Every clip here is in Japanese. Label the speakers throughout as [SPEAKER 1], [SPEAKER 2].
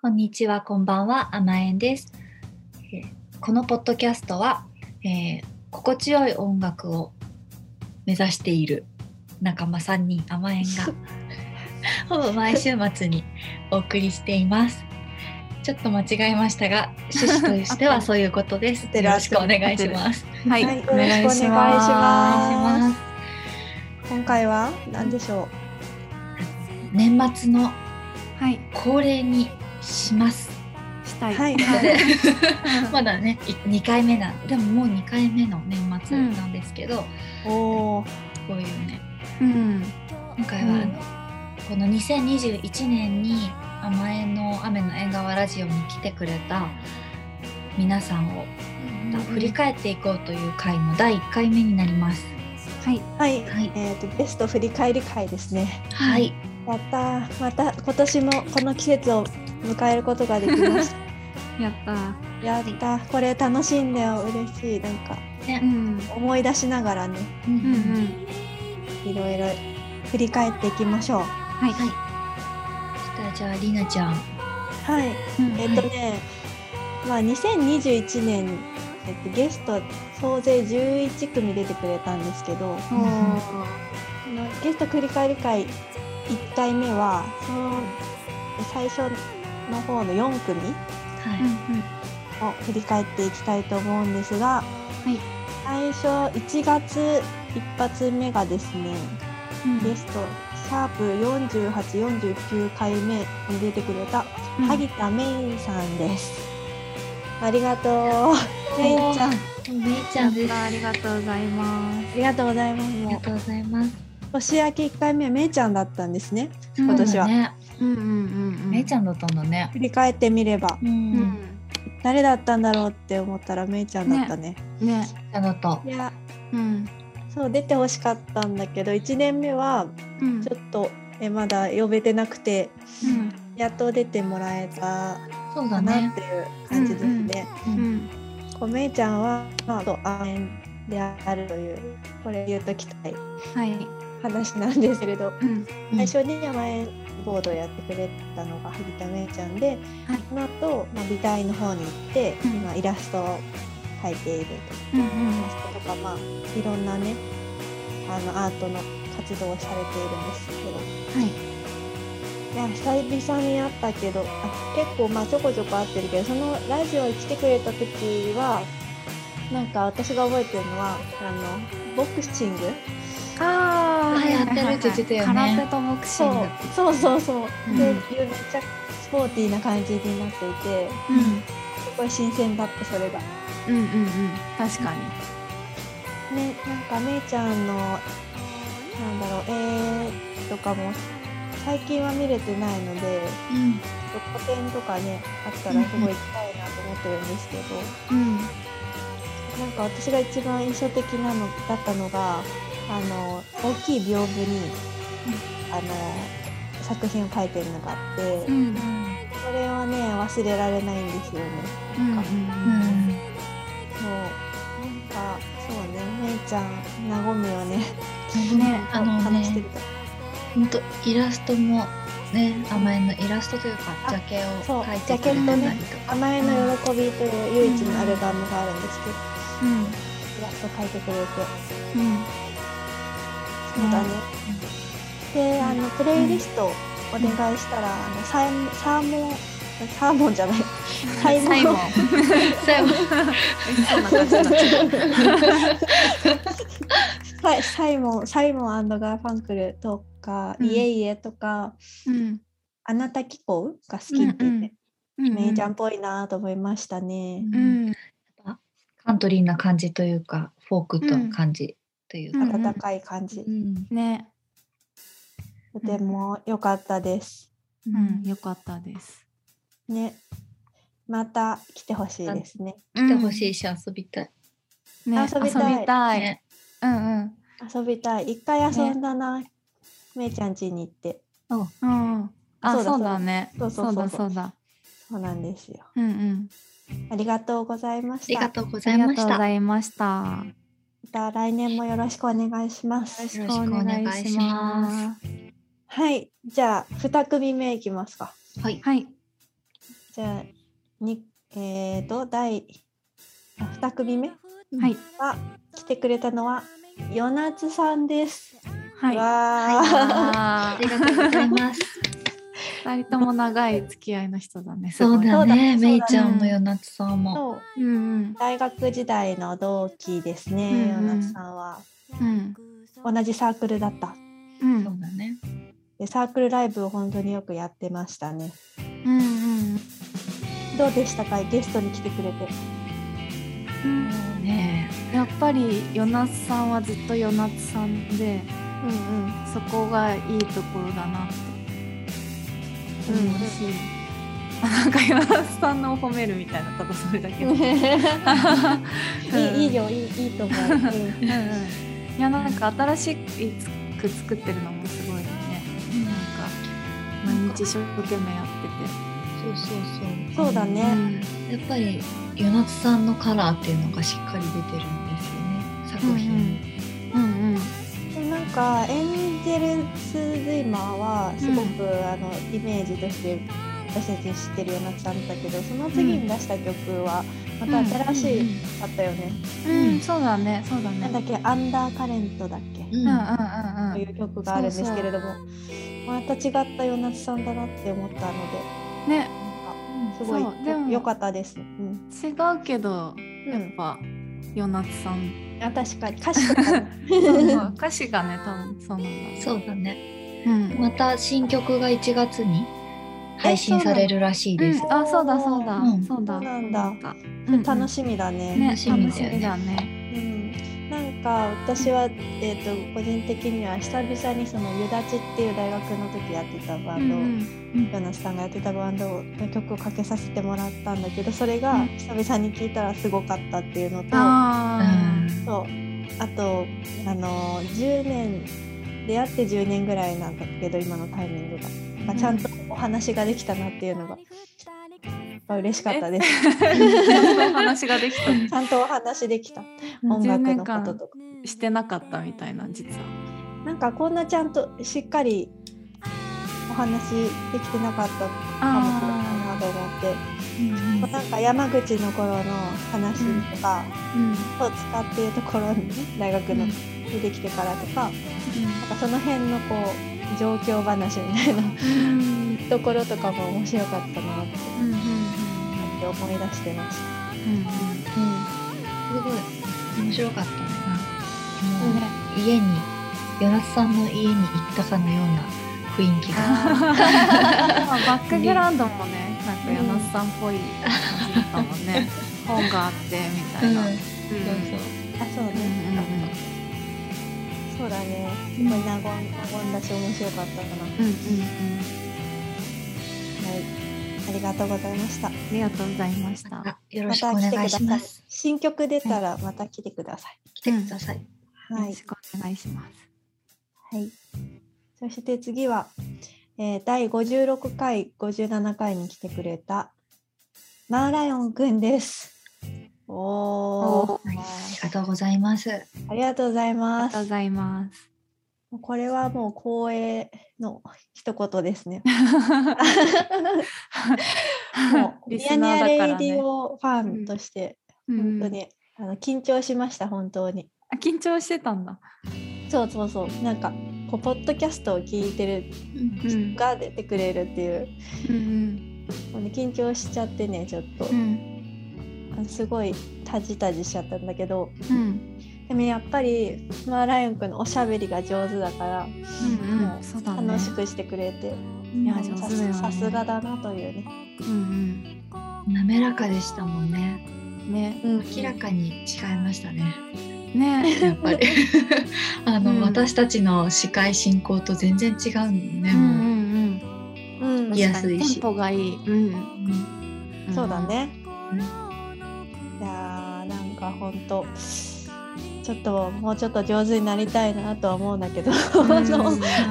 [SPEAKER 1] こんにちは、こんばんは、あまえんです。えーこのポッドキャストは、えー心地よい音楽を目指している仲間さんにあまえん がほぼ毎週末にお送りしています。ちょっと間違えましたが、趣旨としてはそういうこと です。
[SPEAKER 2] 合って
[SPEAKER 1] よ
[SPEAKER 2] る
[SPEAKER 1] ろしくお願いします。
[SPEAKER 3] は
[SPEAKER 2] はい
[SPEAKER 3] い、
[SPEAKER 2] よろしくお願いし
[SPEAKER 1] お
[SPEAKER 2] ま。
[SPEAKER 3] お願い
[SPEAKER 1] 願い
[SPEAKER 3] し
[SPEAKER 1] します
[SPEAKER 2] 今回は何でしょ
[SPEAKER 1] 年末の
[SPEAKER 3] はい、
[SPEAKER 1] 恒例にします。
[SPEAKER 3] した
[SPEAKER 2] う。
[SPEAKER 3] い。
[SPEAKER 2] はい。
[SPEAKER 1] まだねい2回目なんでももう2回目の年末なんですけど、
[SPEAKER 2] おお。
[SPEAKER 1] こういうね
[SPEAKER 3] うん、
[SPEAKER 1] 今回はあの、この2021年に「甘えの雨の縁側ラジオ」に来てくれた皆さんを振り返っていこうという回の第1回目になります。
[SPEAKER 3] はい、
[SPEAKER 2] はい。
[SPEAKER 1] はい、
[SPEAKER 2] えっ、とベスト振り返り会ですね。
[SPEAKER 1] はい、
[SPEAKER 2] やったー。また今年もこの季節を迎えることができました。
[SPEAKER 3] やったー。
[SPEAKER 2] やったー。これ楽しんでよ嬉しい。なんか
[SPEAKER 3] うん、
[SPEAKER 2] 思い出しながらね、
[SPEAKER 1] うん
[SPEAKER 3] うん、うん、
[SPEAKER 2] いろいろ振り返っていきましょう。
[SPEAKER 3] はい、
[SPEAKER 1] はいじゃありなちゃん、
[SPEAKER 2] はい。
[SPEAKER 3] うん
[SPEAKER 2] えっ、とね、まあ2021年に、えっと、ゲスト総勢11組出てくれたんですけど。
[SPEAKER 3] おー
[SPEAKER 2] あのゲスト繰り返り会1回目はその最初の方の4組
[SPEAKER 1] は
[SPEAKER 3] うん、
[SPEAKER 1] い
[SPEAKER 3] うん、
[SPEAKER 2] を振り返っていきたいと思うんですが、
[SPEAKER 3] い
[SPEAKER 2] 最初1月1発目がですね
[SPEAKER 3] うん
[SPEAKER 2] ゲストシャープ4849回目に出てくれた
[SPEAKER 3] うん
[SPEAKER 2] 萩田メイさんです。ありがとう。メイちゃんあ
[SPEAKER 1] めいち
[SPEAKER 3] や
[SPEAKER 1] ゃ
[SPEAKER 3] っ
[SPEAKER 1] んです。
[SPEAKER 3] たー
[SPEAKER 1] あ
[SPEAKER 3] ありがとうございます。
[SPEAKER 2] りがとうございます。
[SPEAKER 1] りがとうございます。
[SPEAKER 2] 年明け1回目はメイちゃんだったんですね。今年は
[SPEAKER 1] そうだね、
[SPEAKER 3] うん、うん、うん、うん。
[SPEAKER 1] めいちゃんだったんだね。
[SPEAKER 2] 振り返ってみれば。
[SPEAKER 1] う
[SPEAKER 3] うん
[SPEAKER 1] めい
[SPEAKER 3] ん、
[SPEAKER 2] 誰だったんだろうって思ったらめいちゃんだったね
[SPEAKER 3] ね、
[SPEAKER 1] ちゃんだと。
[SPEAKER 2] いや
[SPEAKER 3] うん、
[SPEAKER 2] そう出てほしかったんだけど1年目は
[SPEAKER 3] うん、
[SPEAKER 2] ちょっとえまだ呼べてなくて
[SPEAKER 3] うん、
[SPEAKER 2] やっと出てもらえた
[SPEAKER 1] そうだ
[SPEAKER 2] かな
[SPEAKER 1] ね
[SPEAKER 2] っ。ていう感じですね。
[SPEAKER 1] う
[SPEAKER 3] うんん、
[SPEAKER 2] こうめいちゃんはまあとアメであるというこれ言うときたい
[SPEAKER 3] はい、
[SPEAKER 2] 話なんですけれど
[SPEAKER 3] うん、
[SPEAKER 2] 最初にアマエンボードをやってくれたのが萩田めいちゃんで、
[SPEAKER 3] はい
[SPEAKER 2] その後、まあ美大の方に行って、
[SPEAKER 3] うん
[SPEAKER 2] 今イラストを描いていると。
[SPEAKER 3] うん、
[SPEAKER 2] とかまあいろんなねあのアートの活動をされているんですけ
[SPEAKER 3] はい、
[SPEAKER 2] どいや久々に会ったけどあ結構まあちょこちょこ会ってるけどそのラジオに来てくれた時はなんか私が覚えてるのはあのボクシング
[SPEAKER 3] あ
[SPEAKER 1] ーやってるって言ってたよね
[SPEAKER 3] 空手とボクシング。
[SPEAKER 2] そうそうそううんで、めっちゃスポーティーな感じになっていて
[SPEAKER 3] うん、
[SPEAKER 2] すごい新鮮だったそれが。
[SPEAKER 3] うん、うん、うん、確かに。
[SPEAKER 2] ね、なんかめいちゃんのなんだろう絵とかも最近は見れてないので
[SPEAKER 1] うん
[SPEAKER 2] 個展とかねあったらすごい行きたいなと思ってるんですけど、
[SPEAKER 3] うん、
[SPEAKER 2] なんか私が一番印象的なのだったのがあの大きい屏風に、あの作品を描いてるのがあって、
[SPEAKER 3] うん、うん、
[SPEAKER 2] それはね忘れられないんですよね。
[SPEAKER 3] うん、
[SPEAKER 1] うん
[SPEAKER 2] そうなんかそうねめいちゃんなごみをね
[SPEAKER 3] うん、ね。
[SPEAKER 1] あのね
[SPEAKER 2] 話してると
[SPEAKER 1] ほんとイラストもね甘えのイラストというか
[SPEAKER 2] あ
[SPEAKER 1] ジャケを
[SPEAKER 2] そう
[SPEAKER 1] 描いてくれてたりとか、
[SPEAKER 2] 甘えの喜びという唯一のアルバムがあるんですけど、
[SPEAKER 3] うん、
[SPEAKER 2] イラスト描いてくれて、
[SPEAKER 3] うん、
[SPEAKER 2] そうだね。で、あのプレイリストをお願いしたら、あのサーサーモンサーモンじゃない、サイモン
[SPEAKER 3] 最後。
[SPEAKER 1] 最後
[SPEAKER 3] そんな感じになっちゃう。
[SPEAKER 2] サイサイモンサイモンガーファンクルとか、
[SPEAKER 3] うん
[SPEAKER 2] いえいえとか、
[SPEAKER 3] うん。
[SPEAKER 2] あなた気候が好きって言って、
[SPEAKER 3] うん
[SPEAKER 2] メイちゃんっぽいなと思いましたね。
[SPEAKER 3] うん。
[SPEAKER 1] カントリーな感じというかフォークとの感じというか、
[SPEAKER 3] うん
[SPEAKER 2] 温かい感じ、
[SPEAKER 1] うん
[SPEAKER 3] ね。
[SPEAKER 2] とても良かったです。
[SPEAKER 3] うん、よかったです。
[SPEAKER 2] ね、また来てほしいですね。
[SPEAKER 1] 来てほしいし遊びたい、
[SPEAKER 3] うん。ね、
[SPEAKER 2] 遊
[SPEAKER 3] 遊
[SPEAKER 2] び
[SPEAKER 3] び
[SPEAKER 2] たい
[SPEAKER 3] たい。
[SPEAKER 1] ね
[SPEAKER 3] うんうん。
[SPEAKER 2] 遊びたい一回遊んだな、めいちゃん家に行って
[SPEAKER 3] うん。
[SPEAKER 2] そ
[SPEAKER 3] あ、
[SPEAKER 2] うだ
[SPEAKER 3] そうだね。
[SPEAKER 2] そうそうそう
[SPEAKER 3] だそうだ。
[SPEAKER 2] そうなんですよ
[SPEAKER 3] うんうん。
[SPEAKER 2] ありがとうございま
[SPEAKER 1] あ
[SPEAKER 2] し
[SPEAKER 1] り
[SPEAKER 2] た
[SPEAKER 1] が
[SPEAKER 2] ま
[SPEAKER 1] とうご
[SPEAKER 3] あ
[SPEAKER 1] ざい
[SPEAKER 3] りが
[SPEAKER 1] ま
[SPEAKER 3] と
[SPEAKER 1] し
[SPEAKER 3] うご
[SPEAKER 1] た
[SPEAKER 3] ざいました。。
[SPEAKER 2] た来年もよろしくお願いします
[SPEAKER 1] よろしくお願いします
[SPEAKER 2] はいじゃあ2組目いきますか
[SPEAKER 1] はい
[SPEAKER 3] はい。
[SPEAKER 2] じゃあにえっ、と第あ二組目
[SPEAKER 3] はい
[SPEAKER 2] は来てくれたのはヨナツさんです。
[SPEAKER 3] はい。
[SPEAKER 2] わー
[SPEAKER 1] は
[SPEAKER 3] あ
[SPEAKER 1] ありがとうございます。
[SPEAKER 3] ー二人とも長い付き合いの人だね。す
[SPEAKER 1] そ
[SPEAKER 3] ごいう
[SPEAKER 1] だね、
[SPEAKER 2] そうだね
[SPEAKER 1] めいちゃんもよなつさんも。
[SPEAKER 2] そう
[SPEAKER 3] うんうん
[SPEAKER 2] 大学時代の同期ですね、
[SPEAKER 3] うんうん
[SPEAKER 2] ヨナツさんは
[SPEAKER 3] うん
[SPEAKER 2] 同じサークルだった。
[SPEAKER 3] う
[SPEAKER 1] そ
[SPEAKER 3] ん
[SPEAKER 1] うだね。
[SPEAKER 2] でサークルライブを本当によくやってましたね。
[SPEAKER 3] うんうん
[SPEAKER 2] どうでしたかゲストに来てくれて。
[SPEAKER 3] うん。
[SPEAKER 1] ね
[SPEAKER 3] やっぱりヨナツさんはずっとヨナツさんで
[SPEAKER 2] うんうん。
[SPEAKER 3] そこがいいところだなって思うし、あなんかヨナツさんのを褒めるみたいなただそれだけど、うん
[SPEAKER 2] いいいいよいいいいと思う。うん
[SPEAKER 3] うんうんいやなんか新しく作ってるのもすごいよねなんか毎日一生懸命やって
[SPEAKER 1] そうそうそう。
[SPEAKER 2] そうだね
[SPEAKER 3] て、
[SPEAKER 1] やっぱりよなつさんのカラーっていうのがしっかり出てるんですよね。作品に。
[SPEAKER 3] うんうん
[SPEAKER 2] でもなんかエンジェルス・ズイマーはすごく、あのイメージとして私たち知ってるようなったんだけどその次に出した曲はまた新しい、あったよね、
[SPEAKER 3] うん、うん、そうだねそうだね
[SPEAKER 2] なんだっけ「アンダーカレント」だっけ、
[SPEAKER 1] うん
[SPEAKER 3] うんうん
[SPEAKER 1] う
[SPEAKER 3] う
[SPEAKER 2] と
[SPEAKER 3] んう
[SPEAKER 2] い
[SPEAKER 3] ん
[SPEAKER 2] う曲があるんですけれどもまた違ったようなさんだなって思ったの
[SPEAKER 3] ね
[SPEAKER 1] ん
[SPEAKER 2] ですごい
[SPEAKER 3] そうでも
[SPEAKER 2] 良かったです、うん
[SPEAKER 3] 違うけどやっぱヨナツさん
[SPEAKER 2] あ確かに歌詞とかね
[SPEAKER 3] 歌詞がね多分そうなんだ
[SPEAKER 1] そうだね。
[SPEAKER 3] うん
[SPEAKER 1] また新曲が1月に配信されるらしいです。
[SPEAKER 3] あそうだそうだ、
[SPEAKER 1] うん
[SPEAKER 3] そうだ
[SPEAKER 2] そうなんだ
[SPEAKER 3] うん
[SPEAKER 2] 楽しみだね
[SPEAKER 3] みね
[SPEAKER 1] 楽しみだよね
[SPEAKER 3] 楽しみだね
[SPEAKER 2] うんなんか私は、えー、と個人的には久々にその「ゆだち」っていう大学の時やってたバンドを、ヨナスさんがやってたバンドの曲をかけさせてもらったんだけどそれ
[SPEAKER 3] う
[SPEAKER 2] が
[SPEAKER 3] ん
[SPEAKER 2] 久々に聴いたらすごかったっていうのとあ
[SPEAKER 3] あー
[SPEAKER 2] そうあと、あの10年出会って10年ぐらいなんだけど今のタイミングが。なんかちゃんとお話ができたなっていうのがやっぱ嬉しかったです。
[SPEAKER 3] そういう話ができた
[SPEAKER 2] ちゃんとお話できた音
[SPEAKER 3] 10
[SPEAKER 2] 楽
[SPEAKER 3] 年
[SPEAKER 2] のこと
[SPEAKER 3] 間
[SPEAKER 2] とか。
[SPEAKER 3] してなかったみたいな実は
[SPEAKER 2] なんかこんなちゃんとしっかりお話できてなかったかもしれないなと思って、
[SPEAKER 1] うん
[SPEAKER 2] なんか山口の頃の話とか、
[SPEAKER 3] うん
[SPEAKER 2] を使っているところにね大学の出てきてからとか,、なんかその辺のこう状況話みたいな
[SPEAKER 3] うん
[SPEAKER 2] ところとかも面白かったなって
[SPEAKER 3] うんうん
[SPEAKER 2] 思い出してまし
[SPEAKER 3] うん
[SPEAKER 2] た。うん
[SPEAKER 1] すごい面白かったね。
[SPEAKER 3] う
[SPEAKER 1] なんかも
[SPEAKER 3] んね
[SPEAKER 1] う家によなつさんの家に行ったかのような雰囲気が。
[SPEAKER 3] あーバックグラウンドもねなんか柳瀬さんっぽい感じだったもんね本があってみたいな、うん
[SPEAKER 1] そうそう。
[SPEAKER 2] あそうね、そうだねすごい和ん和んだし面白かったかな、は
[SPEAKER 3] うんうんうん
[SPEAKER 2] い、ありがとうございました。
[SPEAKER 3] ありがとうございました。
[SPEAKER 1] あよろ
[SPEAKER 2] ま
[SPEAKER 1] しくお
[SPEAKER 2] た来て
[SPEAKER 1] 願いし
[SPEAKER 2] くださ
[SPEAKER 1] ま
[SPEAKER 2] い
[SPEAKER 1] す。。
[SPEAKER 2] 新曲出たらまた来てください。
[SPEAKER 1] 来てください。
[SPEAKER 3] よ
[SPEAKER 2] は
[SPEAKER 3] ろ
[SPEAKER 2] い
[SPEAKER 3] し。くお願いします。
[SPEAKER 2] はい、そして次は、えー第56回、57回に来てくれたマーライオンくんです。おー
[SPEAKER 3] お
[SPEAKER 1] はい、ありがとうございます。
[SPEAKER 2] ありがとうござい
[SPEAKER 3] あり
[SPEAKER 2] ま
[SPEAKER 3] がとうご
[SPEAKER 2] す。
[SPEAKER 3] ざいます。
[SPEAKER 2] これはもう光栄の一言です ね。もう、
[SPEAKER 3] リ
[SPEAKER 2] ミ
[SPEAKER 3] ス
[SPEAKER 2] ヤニ
[SPEAKER 3] ナ
[SPEAKER 2] ヤ
[SPEAKER 3] ーだ
[SPEAKER 2] レイ
[SPEAKER 3] か
[SPEAKER 2] デ
[SPEAKER 3] らね
[SPEAKER 2] ィオファンとして、本当
[SPEAKER 3] うん
[SPEAKER 2] に、あの緊張しました、本当に。
[SPEAKER 3] あ緊張してたんだ。
[SPEAKER 2] そうそうそう、なんか、こうポッドキャストを聞いてる
[SPEAKER 3] うん
[SPEAKER 2] 人が出てくれるっていう、
[SPEAKER 3] うん
[SPEAKER 2] もうね緊張しちゃってね、ちょっと。
[SPEAKER 3] うん
[SPEAKER 2] あすごいタジタジしちゃったんだけど
[SPEAKER 3] うん
[SPEAKER 2] でもやっぱりマーライオンくんのおしゃべりが上手だから
[SPEAKER 3] うん
[SPEAKER 2] もう
[SPEAKER 3] そうだね。
[SPEAKER 2] 楽しくしてくれて、
[SPEAKER 3] いや
[SPEAKER 2] もう
[SPEAKER 3] 上
[SPEAKER 2] さ
[SPEAKER 3] 手だよね
[SPEAKER 2] さすがだなというね、
[SPEAKER 3] うん
[SPEAKER 1] 滑らかでしたもんね。
[SPEAKER 3] うんね
[SPEAKER 1] 明らかに違いましたね。
[SPEAKER 3] ね
[SPEAKER 1] やっぱり あの、
[SPEAKER 3] うん
[SPEAKER 1] 私たちの司会進行と全然違うんね。
[SPEAKER 3] うんうん
[SPEAKER 1] もう
[SPEAKER 3] うん。
[SPEAKER 2] うん
[SPEAKER 1] いや安いし
[SPEAKER 3] テンポがいい。うんん
[SPEAKER 2] そうだ。ね、
[SPEAKER 1] うん
[SPEAKER 2] いやーなんかほんとちょっともうちょっと上手になりたいなとは思うんだけど、
[SPEAKER 3] ん
[SPEAKER 2] そう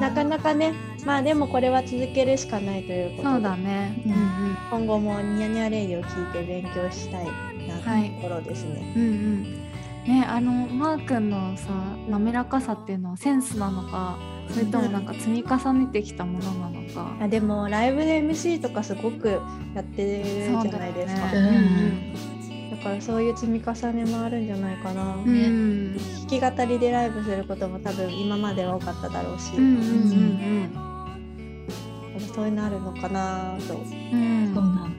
[SPEAKER 2] なかなかねまあでもこれは続けるしかないということで
[SPEAKER 3] そうだね。
[SPEAKER 1] うん
[SPEAKER 2] 今後もニヤニヤレイディを聞いて勉強したいな
[SPEAKER 3] はい
[SPEAKER 2] ところですね。
[SPEAKER 3] うんうん。うんうん。ねあのマー君のさ滑らかさっていうのはセンスなのかそれともなんか積み重ねてきたものなのか、
[SPEAKER 2] あでもライブで MC とかすごくやってるじゃないですか
[SPEAKER 3] そう
[SPEAKER 2] だ,、
[SPEAKER 3] だよね
[SPEAKER 2] からそういう積み重ねもあるんじゃないかな、
[SPEAKER 1] ん
[SPEAKER 3] うん
[SPEAKER 2] 弾き語りでライブすることも多分今までは多かっただろうし、
[SPEAKER 3] うんうん
[SPEAKER 2] そういうのあるのかなと、
[SPEAKER 3] うんうん
[SPEAKER 1] そうなん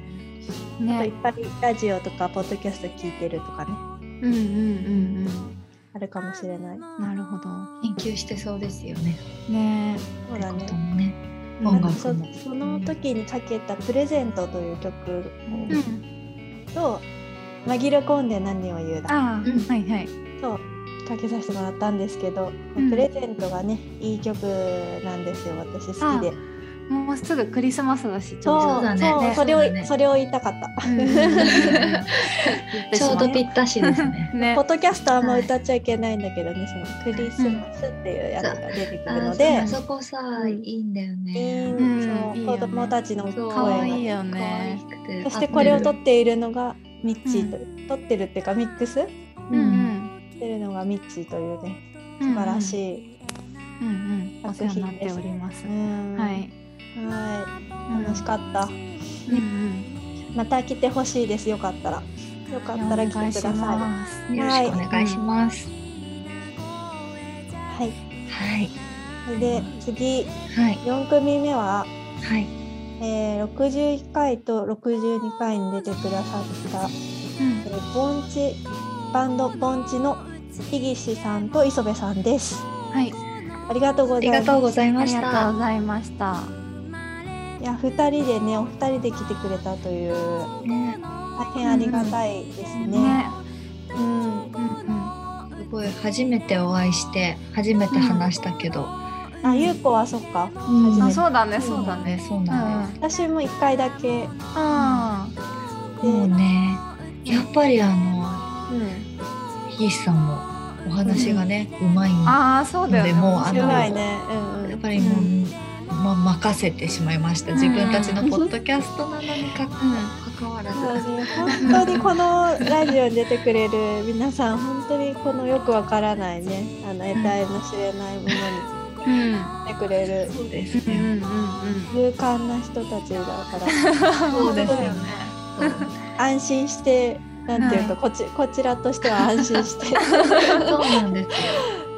[SPEAKER 3] うん
[SPEAKER 2] あといっ
[SPEAKER 3] ね
[SPEAKER 2] ぱいラジオとかポッドキャスト聞いてるとかね
[SPEAKER 3] うんうんうんうん
[SPEAKER 2] あるかもしれない
[SPEAKER 3] なるほど
[SPEAKER 1] 研究してそうですよね。
[SPEAKER 3] ね
[SPEAKER 2] そうだ
[SPEAKER 1] こ
[SPEAKER 2] ね
[SPEAKER 1] ともね。
[SPEAKER 3] うん
[SPEAKER 1] 音
[SPEAKER 2] あと
[SPEAKER 1] 楽
[SPEAKER 2] そ
[SPEAKER 1] も。
[SPEAKER 2] その時にかけた「プレゼント」という曲
[SPEAKER 3] うん
[SPEAKER 2] と「紛れ込んで何を言うだ
[SPEAKER 3] ああ、
[SPEAKER 1] うん
[SPEAKER 3] はいはい」
[SPEAKER 2] とかけさせてもらったんですけど、
[SPEAKER 3] うん
[SPEAKER 2] プレゼントがねいい曲なんですよ私好きで
[SPEAKER 3] もうすぐクリスマスだしち
[SPEAKER 2] そう
[SPEAKER 3] ょ
[SPEAKER 1] そう
[SPEAKER 3] ど
[SPEAKER 1] だね
[SPEAKER 2] そう
[SPEAKER 1] そう
[SPEAKER 2] それ
[SPEAKER 1] だ
[SPEAKER 2] を
[SPEAKER 1] ね
[SPEAKER 2] それを 言いたかった
[SPEAKER 3] うんうんうんうん
[SPEAKER 1] ちょうどぴったしです ね。
[SPEAKER 3] ね
[SPEAKER 2] ポッドキャストはあんま歌っちゃいけないんだけどね、そのクリスマスっていうやつが出てく
[SPEAKER 1] あ
[SPEAKER 2] るの
[SPEAKER 1] ー
[SPEAKER 2] で、
[SPEAKER 1] そうあそこさ、
[SPEAKER 2] うん
[SPEAKER 1] いいんだよ
[SPEAKER 2] いい
[SPEAKER 1] ね。
[SPEAKER 3] ん
[SPEAKER 2] そう
[SPEAKER 3] いいよ
[SPEAKER 2] 子
[SPEAKER 3] ね
[SPEAKER 2] 供たちの声
[SPEAKER 1] そう
[SPEAKER 3] かわいい
[SPEAKER 2] が
[SPEAKER 3] よね
[SPEAKER 1] 可愛くて
[SPEAKER 2] そしてこれを
[SPEAKER 1] 合
[SPEAKER 2] 撮ってているのがミッチーと、撮ってるっていうかミックスし
[SPEAKER 3] うんうん
[SPEAKER 2] てるのがミッチーというね
[SPEAKER 3] うん
[SPEAKER 2] 素晴らしい、
[SPEAKER 3] うんうんお世話になっております
[SPEAKER 2] うん
[SPEAKER 3] はい
[SPEAKER 2] はい楽しかった
[SPEAKER 3] うんうん
[SPEAKER 2] また来てほしいですよかったらよかったら来
[SPEAKER 3] お願い
[SPEAKER 2] てく
[SPEAKER 3] し
[SPEAKER 2] ださ
[SPEAKER 3] ます
[SPEAKER 1] る。
[SPEAKER 2] る
[SPEAKER 1] よろしくお願いします。
[SPEAKER 2] いはい
[SPEAKER 1] はい。
[SPEAKER 2] それで次
[SPEAKER 1] はい。
[SPEAKER 2] 4組目は
[SPEAKER 1] はい。
[SPEAKER 2] えー、61回と62回に出てくださった、
[SPEAKER 3] うん
[SPEAKER 2] えー、ボンチバンドボンチの樋岸さんと磯部さんです。
[SPEAKER 3] はい
[SPEAKER 2] ありがとうご
[SPEAKER 1] あ
[SPEAKER 2] ざい
[SPEAKER 1] り
[SPEAKER 2] ます。
[SPEAKER 1] がとうござい
[SPEAKER 3] あ
[SPEAKER 1] ま
[SPEAKER 3] り
[SPEAKER 1] し
[SPEAKER 3] がとう
[SPEAKER 1] た。
[SPEAKER 3] ございました
[SPEAKER 2] いや二人でねお二人で来てくれたという
[SPEAKER 1] ね、
[SPEAKER 2] 大変ありがたいですね。
[SPEAKER 3] ね
[SPEAKER 2] うん、
[SPEAKER 3] うんうん
[SPEAKER 1] すごい初めてお会いして初めて話したけど、
[SPEAKER 2] あゆうこはそっか。
[SPEAKER 1] うん
[SPEAKER 3] あ
[SPEAKER 2] 初めて
[SPEAKER 3] そうだねそうだね
[SPEAKER 1] そうなんで
[SPEAKER 2] 私も一回だけで、
[SPEAKER 3] あ
[SPEAKER 1] す。もうね、やっぱりあの
[SPEAKER 2] うん、
[SPEAKER 1] ひいさんもお話がね、うまいんで
[SPEAKER 3] あーそうだよね
[SPEAKER 1] でもうあ
[SPEAKER 2] す
[SPEAKER 1] の
[SPEAKER 2] ごい
[SPEAKER 3] 面
[SPEAKER 2] ね。うんう
[SPEAKER 1] やっ
[SPEAKER 2] ん。
[SPEAKER 1] ぱりもう、
[SPEAKER 3] う
[SPEAKER 1] ま任せてしまいました。自分たちのポッドキャストなのにかか関わらず。
[SPEAKER 2] そうね本当にこのラジオに出てくれる皆さん本当にこのよくわからないねあの得体の知れないものに
[SPEAKER 3] 白いうん
[SPEAKER 2] 来てくれる
[SPEAKER 1] そうです
[SPEAKER 3] うん
[SPEAKER 1] ね。
[SPEAKER 3] うんうん
[SPEAKER 2] 勇敢な人たちだから
[SPEAKER 1] そうですよね。
[SPEAKER 2] 安心してなんていうか、
[SPEAKER 3] は
[SPEAKER 2] こちこちらとしては安心して
[SPEAKER 1] そうそうなんですよ。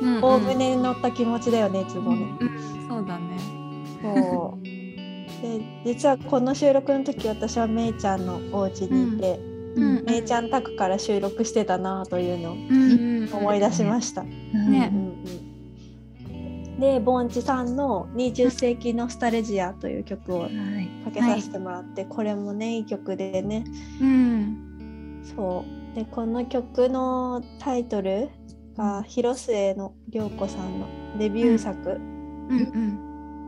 [SPEAKER 3] うんうん
[SPEAKER 2] おおむね乗った気持ちだよねいつもね。
[SPEAKER 3] うんそうだね
[SPEAKER 2] そうで実はこの収録の時私はめいちゃんのお家にいて、
[SPEAKER 3] うん
[SPEAKER 2] めいちゃん宅から収録してたなというのを
[SPEAKER 3] うん
[SPEAKER 2] 思い出しました。
[SPEAKER 3] ね
[SPEAKER 2] でボンチさんの「20世紀ノスタルジア」という曲を
[SPEAKER 1] うんはい。
[SPEAKER 2] かけさせてもらって、これもねいい曲でね
[SPEAKER 3] うん
[SPEAKER 2] そうでこの曲のタイトルが広末の涼子さんのデビュー作
[SPEAKER 3] うんうん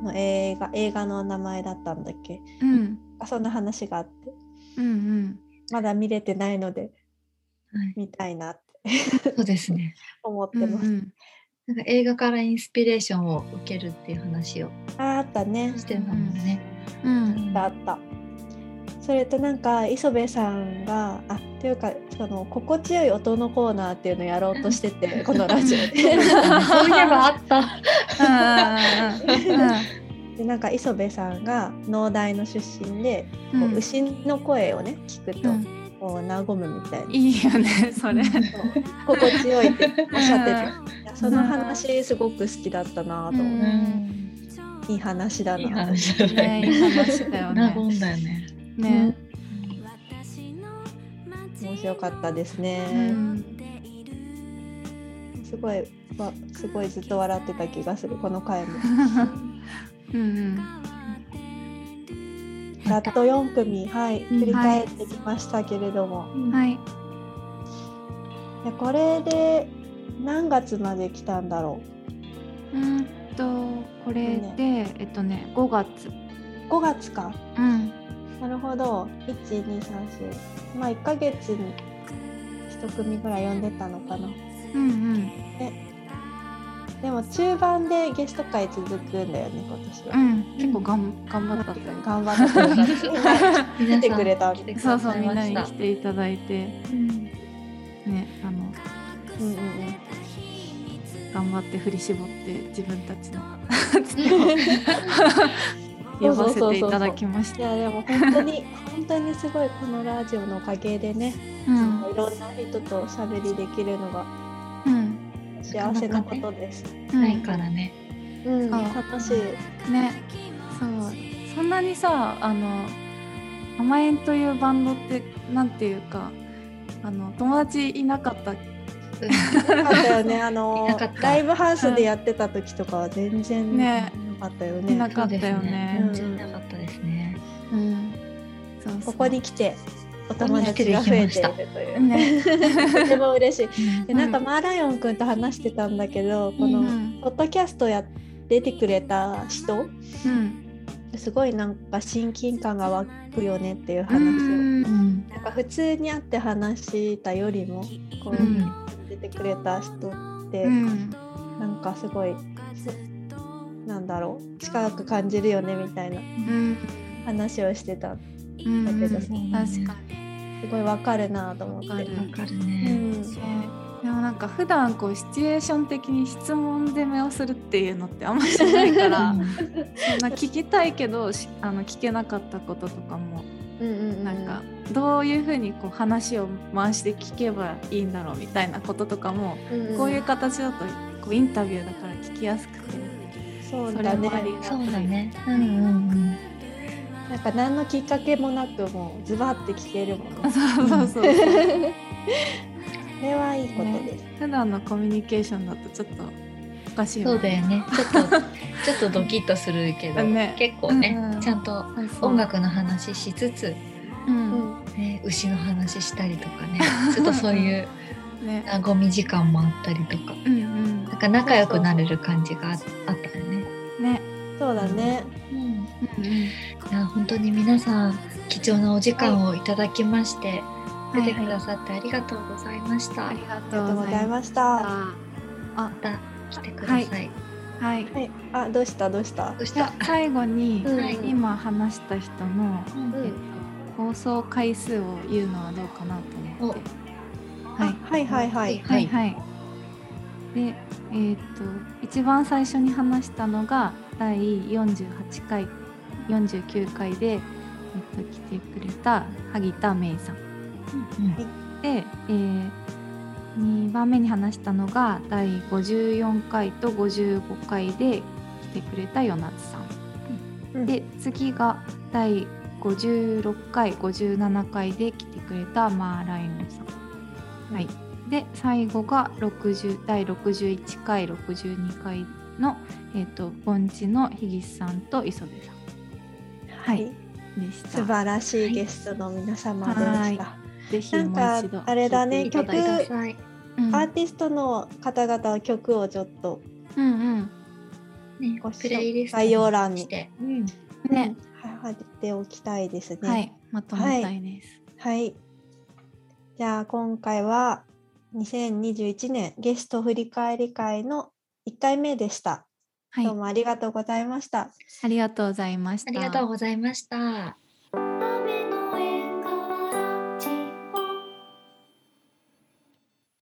[SPEAKER 2] の映画、映画の名前だったんだっけ
[SPEAKER 3] うん
[SPEAKER 2] あそんな話があって
[SPEAKER 3] うん
[SPEAKER 2] まだ見れてないので
[SPEAKER 1] はい
[SPEAKER 2] 見たいなって
[SPEAKER 1] そうですね。
[SPEAKER 2] 思っ
[SPEAKER 3] う
[SPEAKER 2] て
[SPEAKER 3] ん
[SPEAKER 2] ます。
[SPEAKER 3] うん
[SPEAKER 1] なんか映画からインスピレーションを受けるっていう話を
[SPEAKER 2] ああったね
[SPEAKER 1] してたもんね。
[SPEAKER 3] うん
[SPEAKER 2] あった。それとなんか磯部さんがあっていうかその心地よい音のコーナーっていうのをやろうとして てこのラジオで
[SPEAKER 1] そういえばあった。
[SPEAKER 3] う
[SPEAKER 2] でなんか磯部さんが農大の出身で、こ
[SPEAKER 3] ん
[SPEAKER 2] う牛の声をね聞くと、
[SPEAKER 3] うん
[SPEAKER 2] こう和むみたいな。
[SPEAKER 3] いいよ ねそれ
[SPEAKER 2] そう心地よいっておっしゃってて、いやその話すごく好きだったなと、
[SPEAKER 3] うん
[SPEAKER 2] いい話だ
[SPEAKER 1] いい
[SPEAKER 2] なと
[SPEAKER 1] 話だ
[SPEAKER 3] ねい
[SPEAKER 1] ね。
[SPEAKER 3] い話だよ
[SPEAKER 1] 納
[SPEAKER 3] ね
[SPEAKER 1] 言だよね。
[SPEAKER 3] ね
[SPEAKER 2] 面白かったです
[SPEAKER 3] う
[SPEAKER 2] ね、
[SPEAKER 3] ん
[SPEAKER 2] すごいわすごいずっと笑ってた気がするこの回 も
[SPEAKER 3] うん
[SPEAKER 2] ざっと4組、はい、
[SPEAKER 1] ん
[SPEAKER 2] 振り返ってきましたけれども、
[SPEAKER 3] うんはい
[SPEAKER 2] でこれで何月まで来たんだろ
[SPEAKER 3] うーんとこれで、えっとね5月
[SPEAKER 2] う5月か
[SPEAKER 3] うん
[SPEAKER 2] なるほど1234まあ1ヶ月に1組ぐらい呼んでたのかな
[SPEAKER 3] うん
[SPEAKER 2] でも中盤でゲスト会続くんだよね今年
[SPEAKER 3] う
[SPEAKER 2] は、
[SPEAKER 3] ん結構がん頑張ったというか
[SPEAKER 2] 頑張ってくれた
[SPEAKER 1] 皆
[SPEAKER 2] 来て
[SPEAKER 1] さ
[SPEAKER 2] くれ
[SPEAKER 1] ん
[SPEAKER 2] た
[SPEAKER 1] 来てく
[SPEAKER 3] そう
[SPEAKER 1] だ
[SPEAKER 3] そう
[SPEAKER 1] さい
[SPEAKER 3] みん
[SPEAKER 1] ま
[SPEAKER 3] な
[SPEAKER 1] し
[SPEAKER 3] に
[SPEAKER 1] た
[SPEAKER 3] 来。ていただいて
[SPEAKER 1] うん
[SPEAKER 3] ねあの
[SPEAKER 2] うんうんうん
[SPEAKER 3] 頑張って振り絞って自分た ちの
[SPEAKER 2] そ
[SPEAKER 3] 呼
[SPEAKER 2] うそうそうそう
[SPEAKER 3] ばせていただきまし
[SPEAKER 2] い
[SPEAKER 3] た。
[SPEAKER 2] やでも本当に本当にすごいこのラジオのおかげでね、
[SPEAKER 3] うん
[SPEAKER 2] いろんな人とおしゃべりできるのが
[SPEAKER 3] うん
[SPEAKER 2] 幸せなことです。
[SPEAKER 3] うん
[SPEAKER 1] ないからね。
[SPEAKER 2] うん、
[SPEAKER 3] あ
[SPEAKER 2] 楽しい。
[SPEAKER 3] ねそうそんなにさあの甘えんというバンドってなんていうかあの友達いなかった
[SPEAKER 2] あったよね、あ
[SPEAKER 1] い
[SPEAKER 2] の
[SPEAKER 1] なかった
[SPEAKER 2] ライブハウスでやってた時とかは全然な
[SPEAKER 3] ね
[SPEAKER 2] かったよ
[SPEAKER 3] いな
[SPEAKER 2] ね。
[SPEAKER 3] かったよね
[SPEAKER 1] そうです
[SPEAKER 2] う
[SPEAKER 1] 全
[SPEAKER 2] ん
[SPEAKER 1] 然なかったですね。
[SPEAKER 3] うんそうそう
[SPEAKER 2] ここに来てお友達が増えていると いう。
[SPEAKER 3] ね、
[SPEAKER 2] とても嬉しい。で
[SPEAKER 3] うん
[SPEAKER 2] なんかマーライオンくんと話してたんだけど、こ
[SPEAKER 3] う
[SPEAKER 2] の
[SPEAKER 3] ん
[SPEAKER 2] ポッドキャストや出てくれた人、
[SPEAKER 3] うん
[SPEAKER 2] すごいなんか親近感が湧くよねっていう
[SPEAKER 3] う
[SPEAKER 2] 話を。
[SPEAKER 3] ん
[SPEAKER 1] うん。
[SPEAKER 2] なんか普通に会って話したよりもこ
[SPEAKER 1] う
[SPEAKER 2] うん出てくれた人って
[SPEAKER 3] うん
[SPEAKER 2] なんかすごいなんだろう近く感じるよねみたいな
[SPEAKER 3] うん
[SPEAKER 2] 話をしてた
[SPEAKER 3] うん
[SPEAKER 2] だけどさ
[SPEAKER 3] うん確かに
[SPEAKER 2] すごいわかるなと思って。
[SPEAKER 3] わかる
[SPEAKER 1] わかる
[SPEAKER 2] う
[SPEAKER 1] ね。
[SPEAKER 2] ん
[SPEAKER 3] ねでもなんか普段こうシチュエーション的に質問攻めをするっていうのってあんまりしないから
[SPEAKER 1] う
[SPEAKER 3] そんな聞きたいけどしあの聞けなかったこととかも
[SPEAKER 2] うんうんうん
[SPEAKER 3] なんかどういうふうにこう話を回して聞けばいいんだろうみたいなこととかも
[SPEAKER 2] うんん
[SPEAKER 3] こういう形だとこうインタビューだから聞きやすくて
[SPEAKER 2] そう
[SPEAKER 3] そ
[SPEAKER 2] だ
[SPEAKER 3] れも
[SPEAKER 2] ね
[SPEAKER 3] ありが
[SPEAKER 1] ん
[SPEAKER 3] た
[SPEAKER 1] そう
[SPEAKER 3] い
[SPEAKER 1] だね。うんうんうん。
[SPEAKER 2] なんか何のきっかけもなくもうズバって聞けるもん ね
[SPEAKER 3] そうそうそう
[SPEAKER 2] それはいいことです。
[SPEAKER 3] 普段のコミュニケーションだとちょっとおかしいも
[SPEAKER 1] そ
[SPEAKER 3] ん
[SPEAKER 1] うだよね。ちょっと ちょっとドキッとするけど、
[SPEAKER 3] ね
[SPEAKER 1] 結構ね、
[SPEAKER 3] うんうん
[SPEAKER 1] ちゃんと
[SPEAKER 3] そうそう
[SPEAKER 1] 音楽の話しつつ、
[SPEAKER 3] う
[SPEAKER 2] うんん
[SPEAKER 1] ね、牛の話したりとかね、ちょっとそういう
[SPEAKER 3] ね
[SPEAKER 1] あごみ時間もあったりとか、
[SPEAKER 3] うんうん
[SPEAKER 1] なんか仲良くなれる感じがああったよね。
[SPEAKER 3] ね
[SPEAKER 2] そうだね。
[SPEAKER 1] うん。
[SPEAKER 3] うんうん
[SPEAKER 1] いや本当に皆さん貴重なお時間をいただきまして、
[SPEAKER 3] い
[SPEAKER 1] 出てくださってありがとうございました。
[SPEAKER 3] あり
[SPEAKER 2] あ
[SPEAKER 3] が
[SPEAKER 2] りが
[SPEAKER 3] と
[SPEAKER 2] と
[SPEAKER 3] う
[SPEAKER 2] う
[SPEAKER 3] ご
[SPEAKER 2] ご
[SPEAKER 3] ざ
[SPEAKER 2] ざい
[SPEAKER 3] いま
[SPEAKER 2] まし
[SPEAKER 3] した
[SPEAKER 2] た。
[SPEAKER 3] は
[SPEAKER 1] また来てください。
[SPEAKER 3] ははい
[SPEAKER 2] はい、あ、どうしたどうした。
[SPEAKER 1] どうし
[SPEAKER 3] じゃ
[SPEAKER 1] た？
[SPEAKER 3] あ最後に
[SPEAKER 2] うん
[SPEAKER 1] はい
[SPEAKER 3] 今話した人の
[SPEAKER 1] うん
[SPEAKER 2] うん
[SPEAKER 3] 放送回数を言うのはどうかなと思ってはい
[SPEAKER 2] あはいはいはい。
[SPEAKER 3] はいはい。で、えーっと一番最初に話したのが第48回、49回で、えっと来てくれた萩田芽衣さん。
[SPEAKER 1] うん
[SPEAKER 3] で、えー、2番目に話したのが第54回と55回で来てくれた与那津さん。
[SPEAKER 2] うん
[SPEAKER 3] で次が第56回57回で来てくれたマーライオンさん。はい、で最後が60第61回62回の、えー、と盆地のひぎさんと磯部さん。は
[SPEAKER 2] はい
[SPEAKER 3] い、でした。
[SPEAKER 2] 素晴らしいゲストの皆様で
[SPEAKER 3] は
[SPEAKER 2] し
[SPEAKER 3] い
[SPEAKER 2] た。
[SPEAKER 3] ぜひ
[SPEAKER 2] なん
[SPEAKER 3] も
[SPEAKER 2] か
[SPEAKER 3] う一度
[SPEAKER 2] あれだね
[SPEAKER 3] 聞いていただい
[SPEAKER 2] 曲
[SPEAKER 3] て
[SPEAKER 1] ください。
[SPEAKER 3] うん
[SPEAKER 2] アーティストの方々の曲をちょっと
[SPEAKER 3] うんうん。
[SPEAKER 1] ね
[SPEAKER 2] ご、視
[SPEAKER 1] プ
[SPEAKER 2] 聴
[SPEAKER 1] レイリスト
[SPEAKER 2] 概要欄に
[SPEAKER 1] して、うん、
[SPEAKER 3] ね、
[SPEAKER 2] 入っておきたいですね。
[SPEAKER 3] はい、まとめたいです。
[SPEAKER 2] はい。じゃあ今回は2021年ゲスト振り返り会の1回目でした。
[SPEAKER 3] はい、
[SPEAKER 2] どうもありがとうございました。
[SPEAKER 3] ありがとうございまし
[SPEAKER 1] あ
[SPEAKER 3] た。
[SPEAKER 1] りがとうございました。